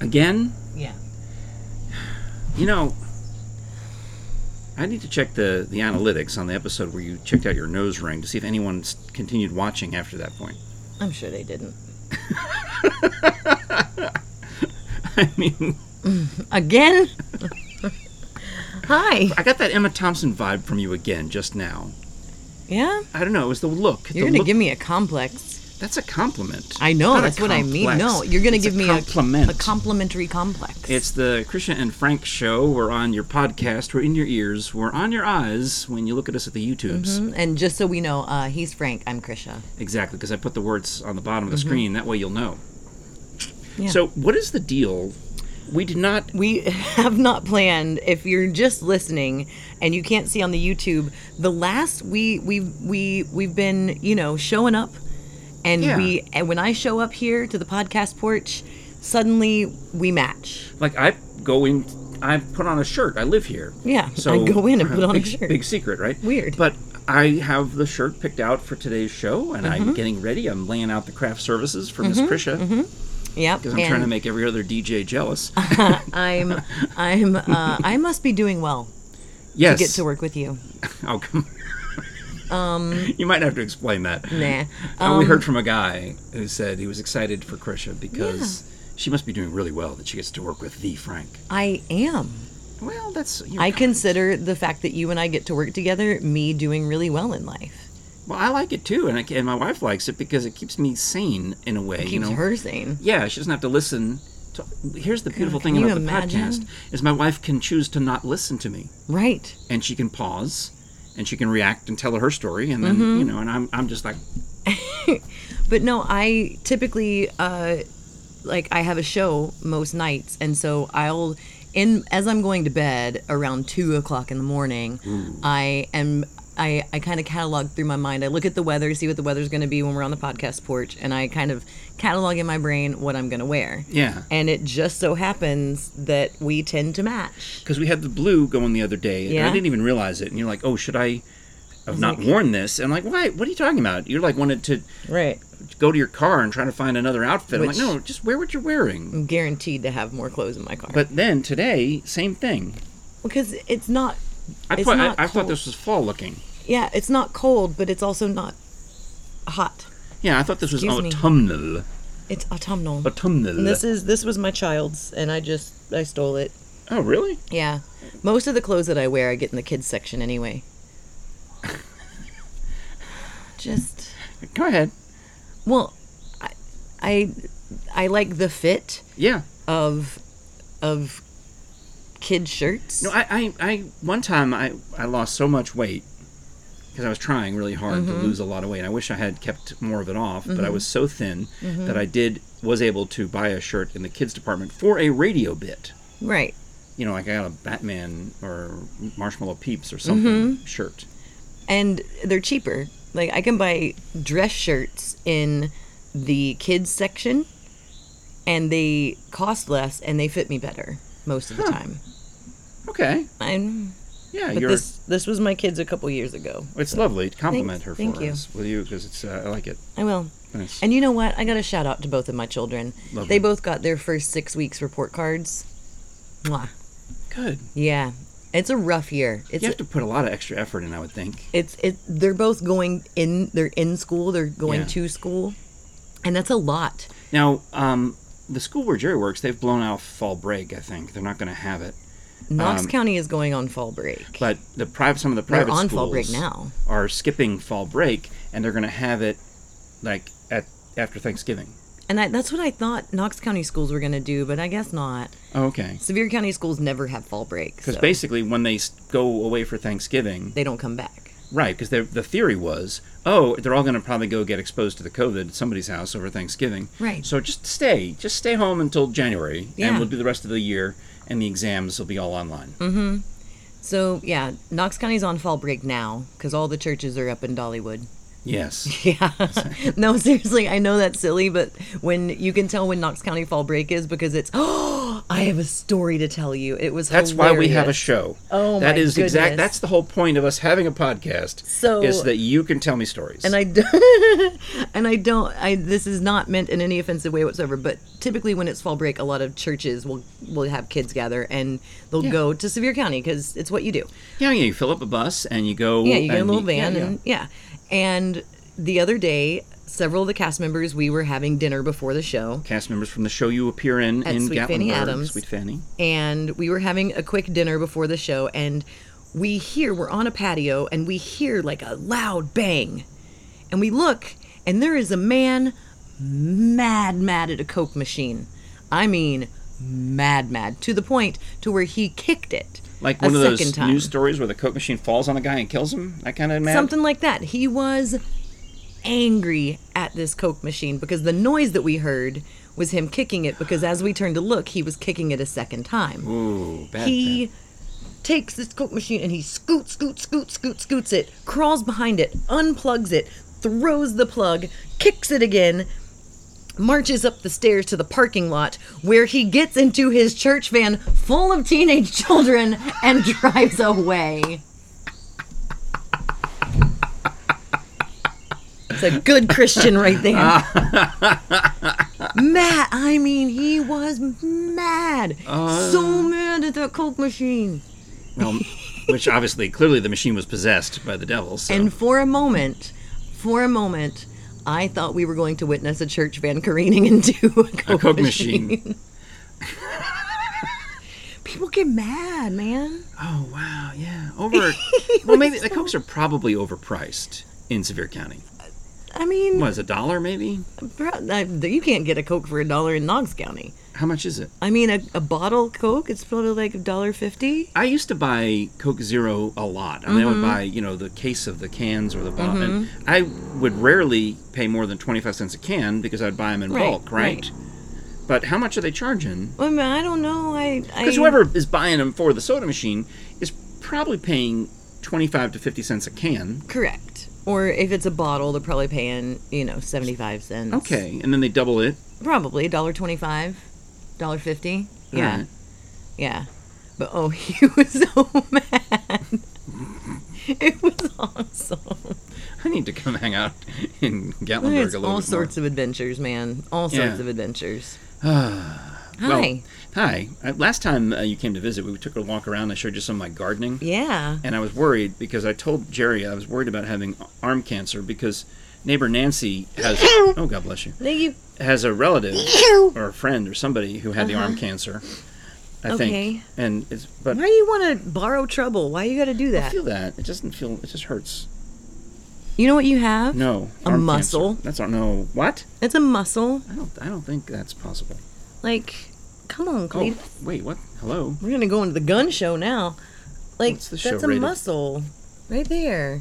again, Yeah. you know, I need to check the the analytics on the episode where you checked out your nose ring to see if anyone s- continued watching after that point. I'm sure they didn't. I mean, Again? Hi. I got that Emma Thompson vibe from you again just now. Yeah? I don't know. It was the look. You're the going to look- give me a complex. That's a compliment. I know, Not a that's what I mean. complex. No, you're going to It's give me compliment. a complimentary complex. It's the Christian and Frank show. We're on your podcast. We're in your ears. We're on your eyes when you look at us at the YouTubes. Exactly, 'cause Mm, And just so we know, uh, he's Frank, I'm Krisha. Exactly, because I put the words on the bottom of the screen. That way you'll know. Mm-hmm. Yeah. So, what is the deal? We did not. We have not planned. If you're just listening and you can't see on the YouTube, the last we we we we've been you know showing up, and Yeah. we and when I show up here to the podcast porch, suddenly we match. Like, I go in. I put on a shirt. I live here. Yeah, So I go in and put on a big, shirt. Big secret, right? Weird. But I have the shirt picked out for today's show, and Mm-hmm. I'm getting ready. I'm laying out the craft services for Miss Krisha because Yep. I'm Mm-hmm. and uh, trying to make every other DJ jealous. I'm I'm uh, I must be doing well yes. to get to work with you. Oh, come. Um, you might have to explain that. Nah. Um, I only heard from a guy who said he was excited for Krisha because she must be doing really well that she gets to work with the Frank. I am. Well, that's you're I kind- consider the fact that you and I get to work together me doing really well in life. Well, I like it too, and I, ca- and my wife likes it because it keeps me sane in a way. Keeps you know, her sane. yeah, she doesn't have to listen. To, here's the beautiful can thing you about the imagine? podcast is my wife can choose to not listen to me, Right. and she can pause, and she can react and tell her story, and then Mm-hmm. you know, and I'm I'm just like But no, I typically uh like I have a show most nights and so I'll in as I'm going to bed around two o'clock in the morning, I am I, I kind of catalog through my mind. I look at the weather, see what the weather's going to be when we're on the podcast porch, and I kind of catalog in my brain what I'm going to wear. yeah. And it just so happens that we tend to match. because we had the blue going the other day, and I Yeah. didn't even realize it. And you're like, "Oh, should I have not worn this?" And I'm like, "Why? What are you talking about?" You're like wanted to Right. go to your car and trying to find another outfit. Which- I'm like, "No, just wear what you're wearing." I'm guaranteed to have more clothes in my car. But then today, same thing. because it's not I It's thought I, not I thought cold. this was fall looking. Yeah, it's not cold, but it's also not hot. Yeah, I thought this was oh, Excuse me. autumnal. It's autumnal. Autumnal. And this is this was my child's, and I just I stole it. oh, really? Yeah, most of the clothes that I wear I get in the kids section anyway. just Go ahead. well, I, I I like the fit Yeah. of of kid shirts. No, I, I, I one time I, I lost so much weight because I was trying really hard Mm-hmm. to lose a lot of weight. I wish I had kept more of it off, but I was so thin Mm-hmm. that I did was able to buy a shirt in the kids department for a radio bit. right. You know, like I got a Batman or Marshmallow Peeps or something Mm-hmm. shirt. and they're cheaper. Like I can buy dress shirts in the kids section, and they cost less and they fit me better most of the Huh. time. Okay, I'm, yeah, but you're. this this was my kids a couple years ago. it's lovely. Compliment Thanks. her Thank for you. us with you because it's uh, I like it. I will. Nice. And you know what? I got a shout out to both of my children. Lovely. They both got their first six weeks report cards. Mwah. Good. Yeah, it's a rough year. It's You have to put a lot of extra effort in, I would think. it's it they're both going in they're in school they're going Yeah. to school and that's a lot Now, um, the school where Jerry works, they've blown out fall break. I think they're not going to have it. knox county is going on fall break Um, But the private, some of the They're private on schools fall break now. are skipping fall break, and they're going to have it like at after Thanksgiving. And I, that's what I thought Knox County schools were going to do, but I guess not. Oh, okay. Sevier County schools never have fall breaks. Because so basically, when they s- go away for Thanksgiving, they don't come back. right? Because the theory was, oh, they're all going to probably go get exposed to the COVID at somebody's house over Thanksgiving. Right. So just stay, just stay home until January, Yeah. Mm. and we'll do the rest of the year, and the exams will be all online. So, yeah, Knox County's on fall break now because all the churches are up in Dollywood. Yes. Yeah. no, seriously, I know that's silly, but when you can tell when Knox County fall break is because it's, oh, I have a story to tell you. It was That's why we have a hilarious. show. Oh, That my is exact. goodness. That's the whole point of us having a podcast. So- is that you can tell me stories. and I don't, and I don't. I this is not meant in any offensive way whatsoever. But typically, when it's fall break, a lot of churches will will have kids gather, and they'll Yeah. go to Sevier County because it's what you do. yeah, yeah, you fill up a bus and you go. Yeah, you get a and little yeah, van, yeah. and yeah. And the other day, several of the cast members we were having dinner before the show, cast members from the show you appear in At in Sweet Gatlinburg. Fanny Adams. Sweet Fanny. and we were having a quick dinner before the show, and we hear we're on a patio, and we hear like a loud bang, and we look, and there is a man mad mad at a coke machine. I mean, mad mad to the point to where he kicked it Like a one of those second time. news stories where the Coke machine falls on a guy and kills him. That kind of mad. something like that. He was angry at this Coke machine because the noise that we heard was him kicking it. Because as we turned to look, he was kicking it a second time. Ooh, bad. he bad. takes this Coke machine and he scoots, scoots, scoots, scoots, scoots it, crawls behind it, unplugs it, throws the plug, kicks it again. Marches up the stairs to the parking lot where he gets into his church van full of teenage children and drives away. It's a good Christian right there. mad. I mean, he was mad. so mad at that Coke machine. Well, which obviously, clearly, the machine was possessed by the devil. So. And for a moment, for a moment, I thought we were going to witness a church van careening into a Coke, a Coke machine. machine. People get mad, man. Oh wow, yeah. Over. well, maybe the Cokes are probably overpriced in Sevier County. I mean, What is it, a dollar maybe? bro, I- you can't get a Coke for a dollar in Knox County. How much is it? I mean, a, a bottle of Coke, it's probably like a dollar fifty. I used to buy Coke Zero a lot. I mean, Mm-hmm. I would buy, you know, the case of the cans or the bottle. And I would rarely pay more than 25 cents a can because I'd buy them in Right, bulk, right? right. But how much are they charging? I mean, I don't know. I Because I- whoever is buying them for the soda machine is probably paying 25 to 50 cents a can. correct. Or if it's a bottle, they're probably paying you know seventy five cents. Okay. And then they double it. Probably a dollar twenty-five, dollar fifty. Yeah, Alright. yeah. But oh, he was so mad. it was awesome. I need to come hang out in Gatlinburg It's a little bit all more. sorts of adventures, man. All sorts Yeah. of adventures. Well, Hi. hi. Uh, Last time uh, you came to visit, we took a walk around. I showed you some of my gardening, yeah. and I was worried because I told Jerry I was worried about having arm cancer because neighbor Nancy has oh God bless you Thank you. has a relative or a friend or somebody who had the arm cancer. I Uh-huh. Okay. think, and it's but Why do you want to borrow trouble? Why you got to do I that? feel that it doesn't feel it just hurts. You know what you have? No, A arm cancer. muscle? That's not no what? It's a muscle. I don't I don't think that's possible. Like, come on, Oh Cleve. wait, what? Hello. We're gonna go into the gun show now. Like, What's the show that's a rated? muscle, right there.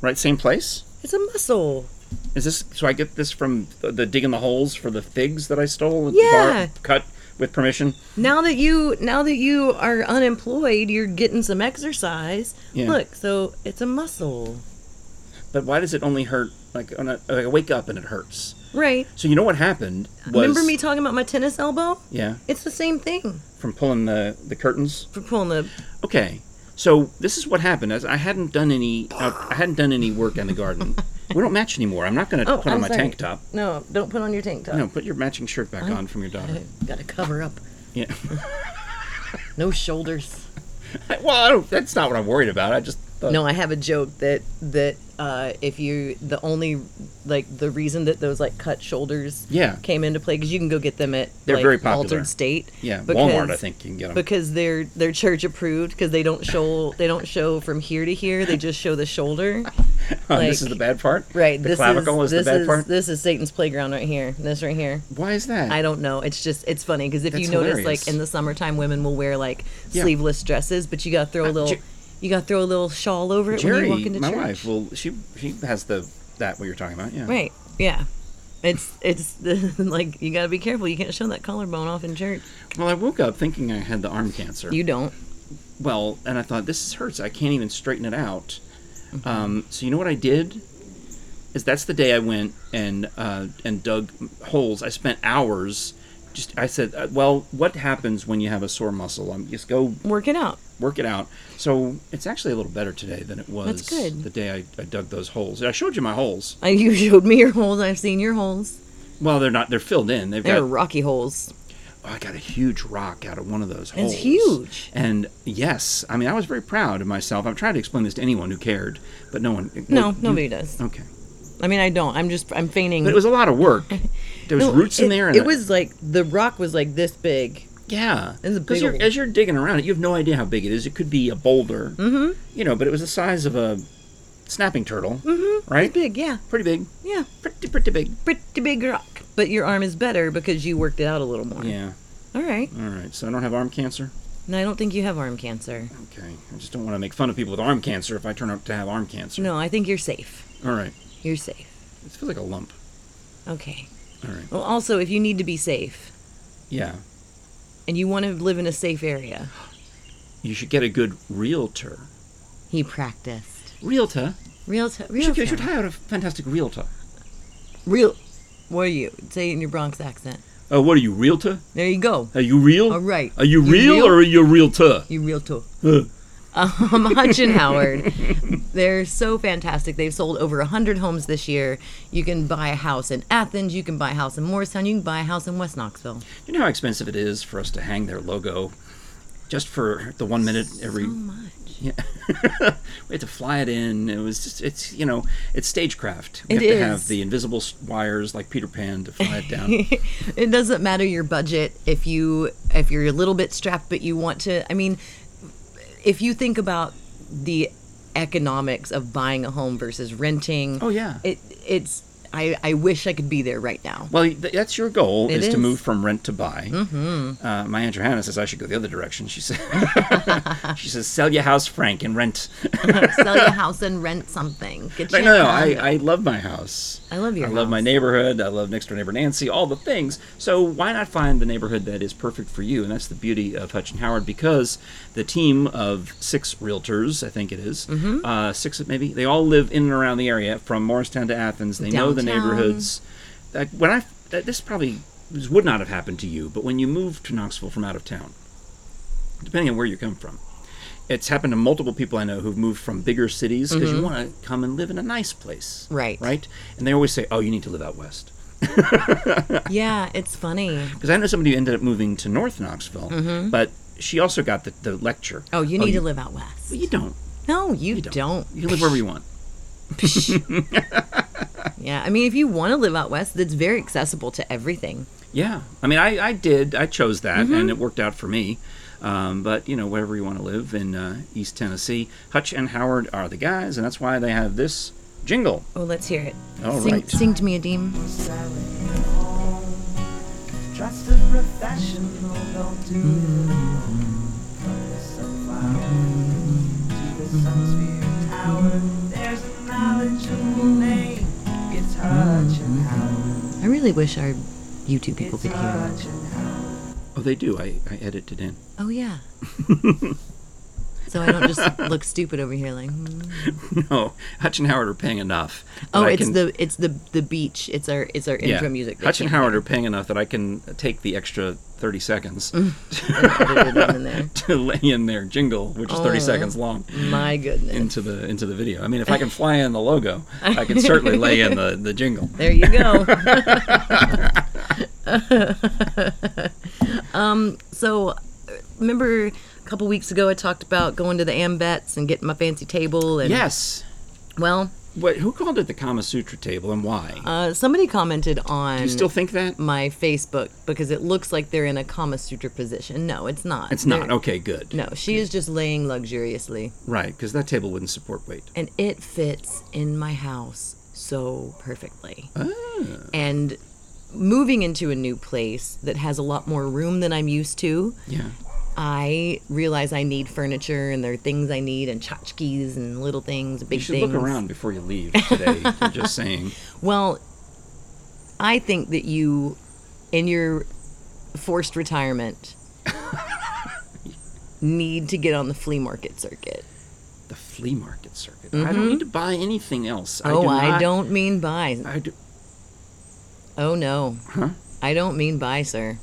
Right, same place. It's a muscle. Is this so? I get this from the, the digging the holes for the figs that I stole. at the Yeah. cut with permission. now that you now that you are unemployed you're getting some exercise Yeah. look so it's a muscle But why does it only hurt? Like, on a, like I wake up and it hurts. right So you know what happened? Was, remember me talking about my tennis elbow Yeah, it's the same thing from pulling the the curtains. for pulling the Okay, so this is what happened. As I hadn't done any, uh, I I hadn't done any work in the garden. we don't match anymore. I'm not going to Oh, put on I'm my sorry. tank top. no don't put on your tank top No, put your matching shirt back on from your daughter. gotta cover up Yeah. no shoulders well, I don't, that's not what I'm worried about. I just thought, no i have a joke that that uh, if you the only like the reason that those like cut shoulders Yeah. came into play because you can go get them at They're like, very popular. altered state Yeah, Walmart. I because- think you can get them. because they're they're church approved because they don't show they don't show from here to here they just show the shoulder this is like- the bad part. right The this clavicle is, is, this the bad is, part. this is satan's playground right here this right here Why is that? i don't know it's just it's funny because if you That's notice hilarious. like in the summertime women will wear like Yeah. Uh, sleeveless dresses but you gotta throw a little Jer- you gotta throw a little shawl over it when Jerry, you walk into my church wife, well, she she has the that what you're talking about, yeah. right yeah it's it's like you gotta be careful you can't show that collarbone off in church Well, I woke up thinking I had the arm cancer. you don't well, and I thought this hurts. I can't even straighten it out. Mm-hmm. Um, so you know what I did? Is that's the day I went and uh, and dug holes. I spent hours just I said, uh, well, what happens when you have a sore muscle? Um, just go Working out. work it out. So it's actually a little better today than it was That's good. the day I, I dug those holes. I showed you my holes. I, you showed me your holes. I've seen your holes. Well, they're not. They're filled in. They've They're got. rocky holes. Oh, I got a huge rock out of one of those holes. It's huge. And yes, I mean I was very proud of myself. I've tried to explain this to anyone who cared, but no one. No, well, you- nobody does. Okay, I mean, I don't. I'm just. I'm feigning. but it was a lot of work. There was No, roots in it- there. And It I- was like the rock was like this big. Yeah, It's a big because you're, old- as you're digging around it, you have no idea how big it is. It could be a boulder, mm-hmm. you know, but it was the size of a snapping turtle, mm-hmm. right? Big, yeah, Pretty big, yeah, pretty pretty big. pretty big rock. But your arm is better because you worked it out a little more. Yeah. All right. All right. So I don't have arm cancer. No, I don't think you have arm cancer. Okay. I just don't want to make fun of people with arm cancer if I turn out to have arm cancer. No, I think you're safe. All right. You're safe. It feels like a lump. Okay. All right. Well, also, if you need to be safe Yeah. and you want to live in a safe area, You should get a good realtor. he practiced. Realtor. Real, t- You real, should, you should hire a fantastic realtor. real. What are you? Say it in your Bronx accent. Uh, what are you, realtor? There you go. Are you real? All right. Are you You real, real? or are you a realtor? You real too. Huh. um, Hutch and Howard. They're so fantastic. They've sold over 100 homes this year. You can buy a house in Athens. You can buy a house in Morristown. You can buy a house in West Knoxville. You know how expensive it is for us to hang their logo just for the one minute every. So much. Yeah. we had to fly it in. It was just, it's, you know, it's stagecraft. We It have to have is. the invisible s- wires like Peter Pan to fly it down. it doesn't matter your budget if you if you're a little bit strapped but you want to I mean if you think about the economics of buying a home versus renting. Oh, yeah. It it's I, I wish I could be there right now. Well, th- that's your goal It is, is. to move from rent to buy. Mm-hmm. Uh, my aunt Johanna says I should go the other direction. She says, she says, sell your house, Frank, and rent. Sell your house and rent something. Get No, your no, no. condo. I, I love my house. I love your I love my house. neighborhood. I love next door neighbor Nancy. All the things. So why not find the neighborhood that is perfect for you? And that's the beauty of Hutch and Howard because the team of six realtors, I think it is, Mm-hmm. uh, six maybe, they all live in and around the area from Morristown to Athens. They know the Downtown. neighborhoods. Like when I that- this probably this would not have happened to you, but when you moved to Knoxville from out of town, depending on where you come from. It's happened to multiple people I know who've moved from bigger cities because you want to come and live in a nice place. Mm-hmm. Right. Right? And they always say, oh, you need to live out west. Yeah, it's funny. Because I know somebody who ended up moving to North Knoxville, but she also got the, the lecture. Mm-hmm. Oh, you need you, to live out west. Well, you don't. No, you, You don't. don't. You can live wherever you want. Yeah, I mean, if you want to live out west, that's very accessible to everything. Yeah. I mean, I, I did. I chose that, Mm-hmm. and it worked out for me. Um, but, you know, wherever you want to live in uh, East Tennessee, Hutch and Howard are the guys, and that's why they have this jingle. Oh, let's hear it. All sing, right. sing to me, Adeem. Trusted professional, don't do it alone. From the sunflower to the sunsphere tower, there's a knowledgeable name. It's Hutch and Howard. I really wish our YouTube people It's could hear. it. Hutch and Howard. Oh, they do. I, I edited in. Oh yeah. so I don't just look stupid over here, like. hmm. no, Hutch and Howard are paying enough. that Oh, I it's can- the it's the the beach. It's our it's our intro music. that Hutch and came Howard are paying enough that I can take the extra 30 seconds Mm. edited them in there. to lay in their jingle, which is 30 Oh. seconds long, My goodness. into the into the video. I mean, if I can fly in the logo, I can certainly lay in the, the jingle. There you go. um, Um, so remember a couple weeks ago I talked about going to the Ambets and getting my fancy table and Yes. well, What, who called it the Kama Sutra table and why? uh, somebody commented on Do you still think that? my Facebook because it looks like they're in a Kama Sutra position. No, it's not. It's not. They're- Okay, good. No, she is just laying luxuriously Right, because that table wouldn't support weight. and it fits in my house so perfectly. Ah. And moving into a new place that has a lot more room than I'm used to, Yeah. I realize I need furniture and there are things I need and tchotchkes and little things, big You should things. look around before you leave today. I'm just saying. Well, I think that you, in your forced retirement, need to get on the flea market circuit. The flea market circuit. I don't need to buy anything else. Mm-hmm. oh, I do I not- don't mean buy. I do, Oh, no. Huh? I don't mean buy, sir.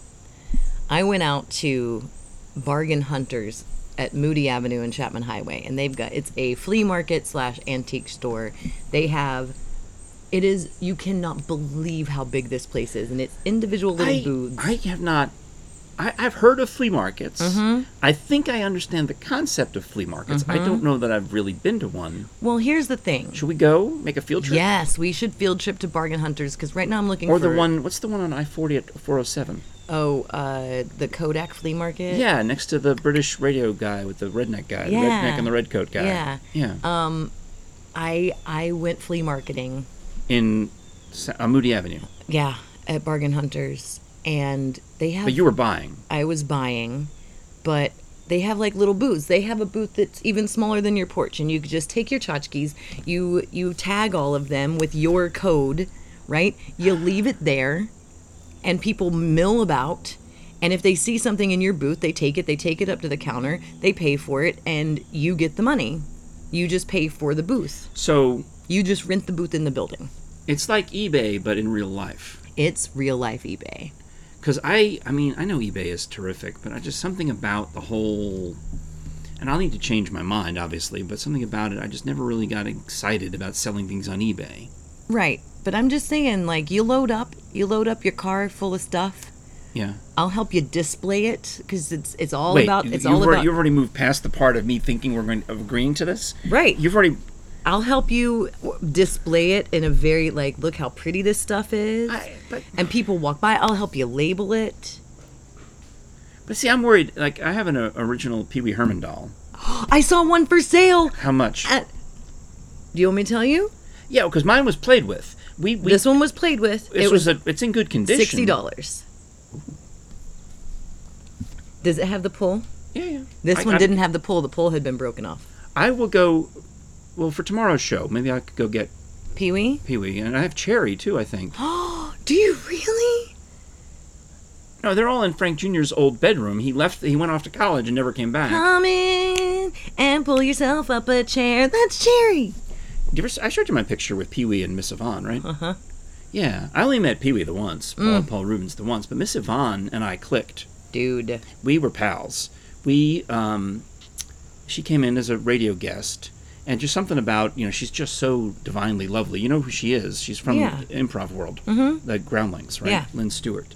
I went out to Bargain Hunters at Moody Avenue and Chapman Highway, and they've got it's a flea market slash antique store. They have it is you cannot believe how big this place is, and it's individual little I, booths. I have not. I, I've heard of flea markets. Mm-hmm. I think I understand the concept of flea markets. I don't know that I've really been to one. Well, here's the thing. Should we go make a field trip? Yes, we should field trip to Bargain Hunters because right now I'm looking Or for the one? What's the one on I forty at four hundred seven? oh uh, the Kodak flea market. Yeah, next to the British radio guy with the redneck guy, the Yeah. redneck and the red coat guy. Yeah. Uh, Yeah. I I went flea marketing. In Sa- uh, Moody Avenue. Yeah, at Bargain Hunters, and they have. But you were buying. I was buying, but they have like little booths. They have a booth that's even smaller than your porch, and you could just take your tchotchkes, you you tag all of them with your code, right? You leave it there, and people mill about. And if they see something in your booth, they take it, they take it up to the counter, they pay for it, and you get the money. You just pay for the booth. So You just rent the booth in the building. it's like eBay, but in real life. It's real life eBay. Because I, I mean, I know eBay is terrific, but I just something about the whole. And I'll need to change my mind, obviously, but something about it, I just never really got excited about selling things on eBay. Right. But I'm just saying, like, you load up, you load up your car full of stuff. Yeah. I'll help you display it because it's it's all Wait, about you- it's you've, all already, about. you've already moved past the part of me thinking we're going of agreeing to this. Right. You've already. I'll help you w- display it in a very like look how pretty this stuff is, I, but and people walk by. I'll help you label it. but see, I'm worried. Like I have an uh, original Pee Wee Herman doll. I saw one for sale. How much? At, do you want me to tell you? yeah, because mine was played with. We, we this one was played with. This it was was, a. It's in good condition. sixty dollars. Does it have the pull? Yeah, yeah. This I- one I- didn't have the pull. The pull had been broken off. I will go. Well, for tomorrow's show, maybe I could go get Pee Wee. Pee Wee, and I have Cherry too. I think. Oh, do you really? No, they're all in Frank Jr.'s old bedroom. He left. He went off to college and never came back. Come in and pull yourself up a chair. That's Cherry. Did you ever, s- I showed you my picture with Pee Wee and Miss Yvonne, right? Uh Uh-huh. huh. Yeah, I only met Pee Wee the once, Paul, Paul Rubens the once, but Miss Yvonne and I clicked. Dude. we were pals. We, um, she came in as a radio guest, and just something about you know she's just so divinely lovely. You know who she is? She's from Yeah. the improv world, mm-hmm. the Groundlings, right? Yeah. Lynn Stewart,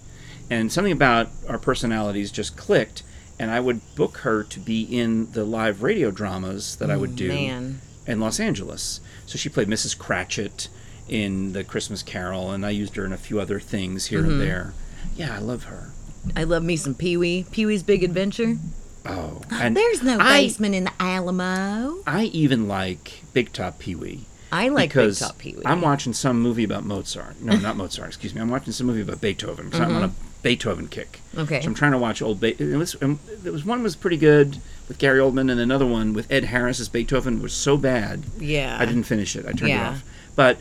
and something about our personalities just clicked. And I would book her to be in the live radio dramas that I would do man. in Los Angeles. So she played Mrs. Cratchit in the Christmas Carol, and I used her in a few other things here Mm-hmm. and there. Yeah, I love her. I love me some Pee Wee. Pee Wee's Big Adventure. Oh, and There's no I, basement in the Alamo. I even like Big Top Pee Wee. I like Big because Top Pee Wee. I'm watching some movie about Mozart. No, not Mozart. Excuse me. I'm watching some movie about Beethoven. So I'm on a Beethoven kick. Mm-hmm. Okay. So I'm trying to watch old. Be- it was, um, there was one was pretty good with Gary Oldman, and another one with Ed Harris as Beethoven was so bad. Yeah. I didn't finish it. I turned Yeah. it off. But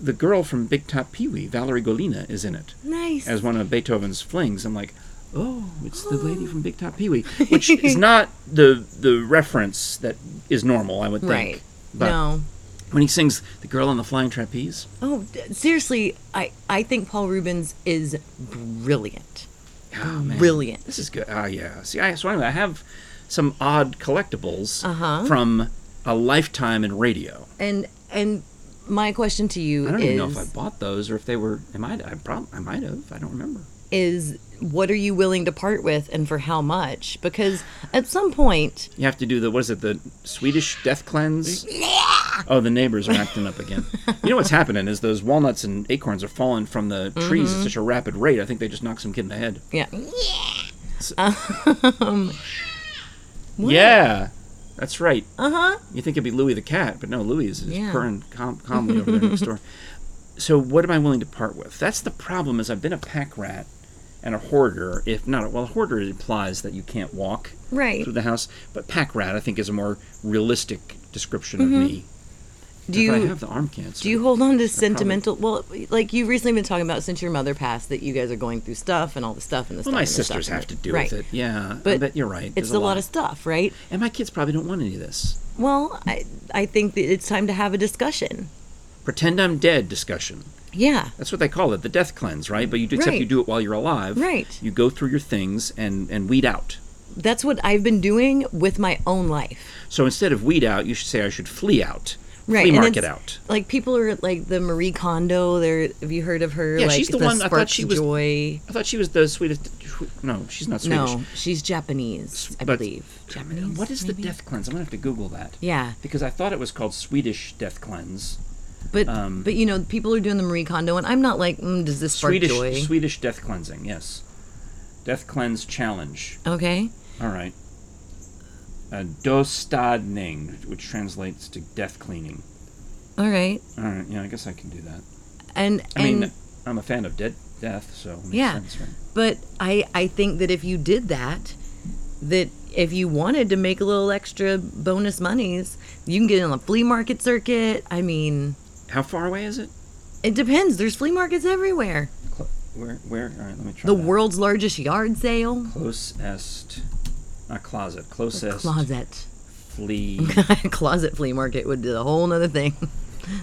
the girl from Big Top Pee Wee, Valerie Golina, is in it Nice. as one of Beethoven's flings. I'm like, oh, it's the lady from Big Top Pee Wee, which is not the the reference that is normal, I would think. Right. But no. when he sings "The Girl on the Flying Trapeze," Oh, d- seriously, I, I think Paul Rubens is brilliant. oh man, Brilliant. This is good. Ah, yeah. See, I so anyway, I have some odd collectibles Uh-huh. from a lifetime in radio. And and my question to you I don't is even know if I bought those or if they were. Am I? I prob- I might have. I don't remember. is what are you willing to part with and for how much? Because at some point You have to do the what is it? The Swedish death cleanse. Oh, the neighbors are acting up again. You know what's happening is those walnuts and acorns are falling from the Mm-hmm. trees at such a rapid rate. I think they just knocked some kid in the head. Yeah. Yeah, that's right. Uh-huh. You think it'd be Louis the cat, but no, Louis is just Yeah. purring calm, calmly over there next door. So, what am I willing to part with? That's the problem. Is I've been a pack rat and a hoarder. If not, well, hoarder implies that you can't walk Right. through the house, but pack rat I think is a more realistic description Mm-hmm. of me. Do If I you have the arm cancer. Do you hold on to sentimental? Well, like you've recently been talking about since your mother passed that you guys are going through stuff and all the stuff and the Well, stuff. my and the sisters stuff and have to the- deal right. with it. Yeah, But but you're right. There's It's a lot of stuff, right? and my kids probably don't want any of this. Well, I I think that it's time to have a discussion. pretend I'm dead discussion. Yeah. That's what they call it, the death cleanse, right? But you except Right. you do it while you're alive. Right. You go through your things and and weed out. That's what I've been doing with my own life. So instead of weed out, you should say I should flee out. Right. Flea and market it's- out. Like people are like the Marie Kondo. There, have you heard of her? Yeah, like, she's the one- I thought Sparks she was- Joy. I thought she was the sweetest. No, she's not Swedish. No, she's Japanese, I But- believe. Japanese. What is the maybe? death cleanse? I'm gonna have to Google that. Yeah, Because I thought it was called Swedish death cleanse. but Um, but you know, people are doing the Marie Kondo, and I'm not like, mm, does this spark Swedish joy? Swedish death cleansing. Yes. Death cleanse challenge. okay, All right. Uh, Dostadning, which translates to death cleaning. all right, All right. Yeah, I guess I can do that. and I and mean, I'm a fan of dead death, so it makes Yeah. sense, right? but I I think that if you did that, that if you wanted to make a little extra bonus monies, you can get on the flea market circuit. I mean, How far away is it? it depends. There's flea markets everywhere. Cl- where? Where? All right. Let me try. The that. world's largest yard sale. closest, not closet. Closest Closet. flea. Closet flea market would be a whole nother thing.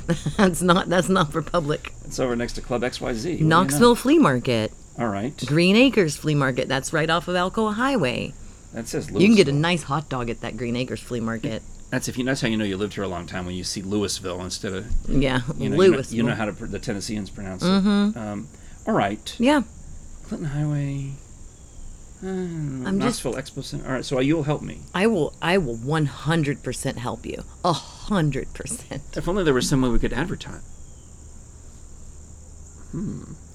that's not that's not for public. it's over next to Club XYZ. What do you know? Knoxville Flea Market, All right. Green Acres Flea Market. That's right off of Alcoa Highway. That says Louisville. You can get a nice hot dog at that Green Acres Flea Market. That's if you. That's how you know you lived here a long time when you see Louisville instead of Yeah, you know, you know- Louisville. You know, how to, pr- the Tennesseans pronounce it. Mm-hmm. Um, all right. yeah, Clinton Highway. Uh, I'm just- Knoxville Expo Center. All right, so uh, you'll help me. I will. I will 100% help you. A hundred percent. If only there was some way we could advertise.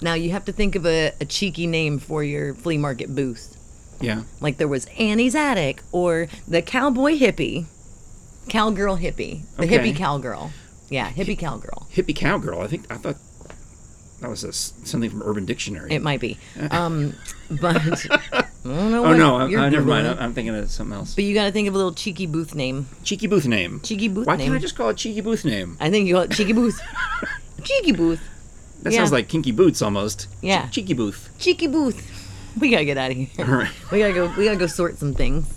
Now you have to think of a, a cheeky name for your flea market booth. Yeah. Like there was Annie's Attic or the Cowboy Hippie, Cowgirl Hippie, the Okay. Hippie Cowgirl. Yeah, Hippie Cowgirl. Hippie cowgirl. I think I thought that was a s something from Urban Dictionary. It might be. Um, but I don't know oh what no! I, you're I, never mind. Googling. I'm, I'm thinking of something else. But you got to think of a little cheeky booth name. Cheeky booth name. Cheeky booth Why name. can't I just call it cheeky booth name? I think you got cheeky booth. cheeky booth. That Yeah. sounds like kinky boots almost. Che- Yeah. cheeky booth. Cheeky booth. We gotta get out of here. All right. We gotta go. We gotta go sort some things.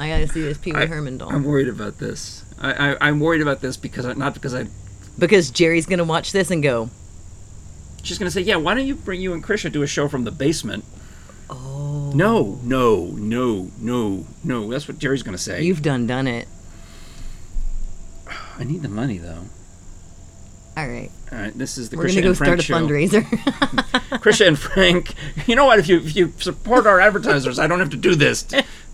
I gotta see this Pee Wee Herman doll I'm worried about this. I, I I'm worried about this because I, not because I. because Jerry's gonna watch this and go, She's gonna say, yeah. Why don't you bring you and Krisha do a show from the basement? "Oh, No, no, no, no, no. That's what Jerry's gonna say. you've done done it." I need the money though. All right, All right, this is the we're gonna Krisha go and start Frank a show. fundraiser. Krisha and Frank. You know what? If you if you support our advertisers, I don't have to do this.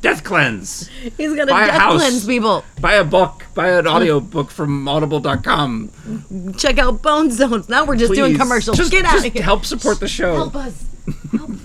Death cleanse. He's gonna Buy a death house. cleanse people. Buy a book. Buy an audio book from Audible.com. Check out Bone Zones. Now we're just doing Please. commercials. Just, Get out just of here. Help support the show. Help us. Help.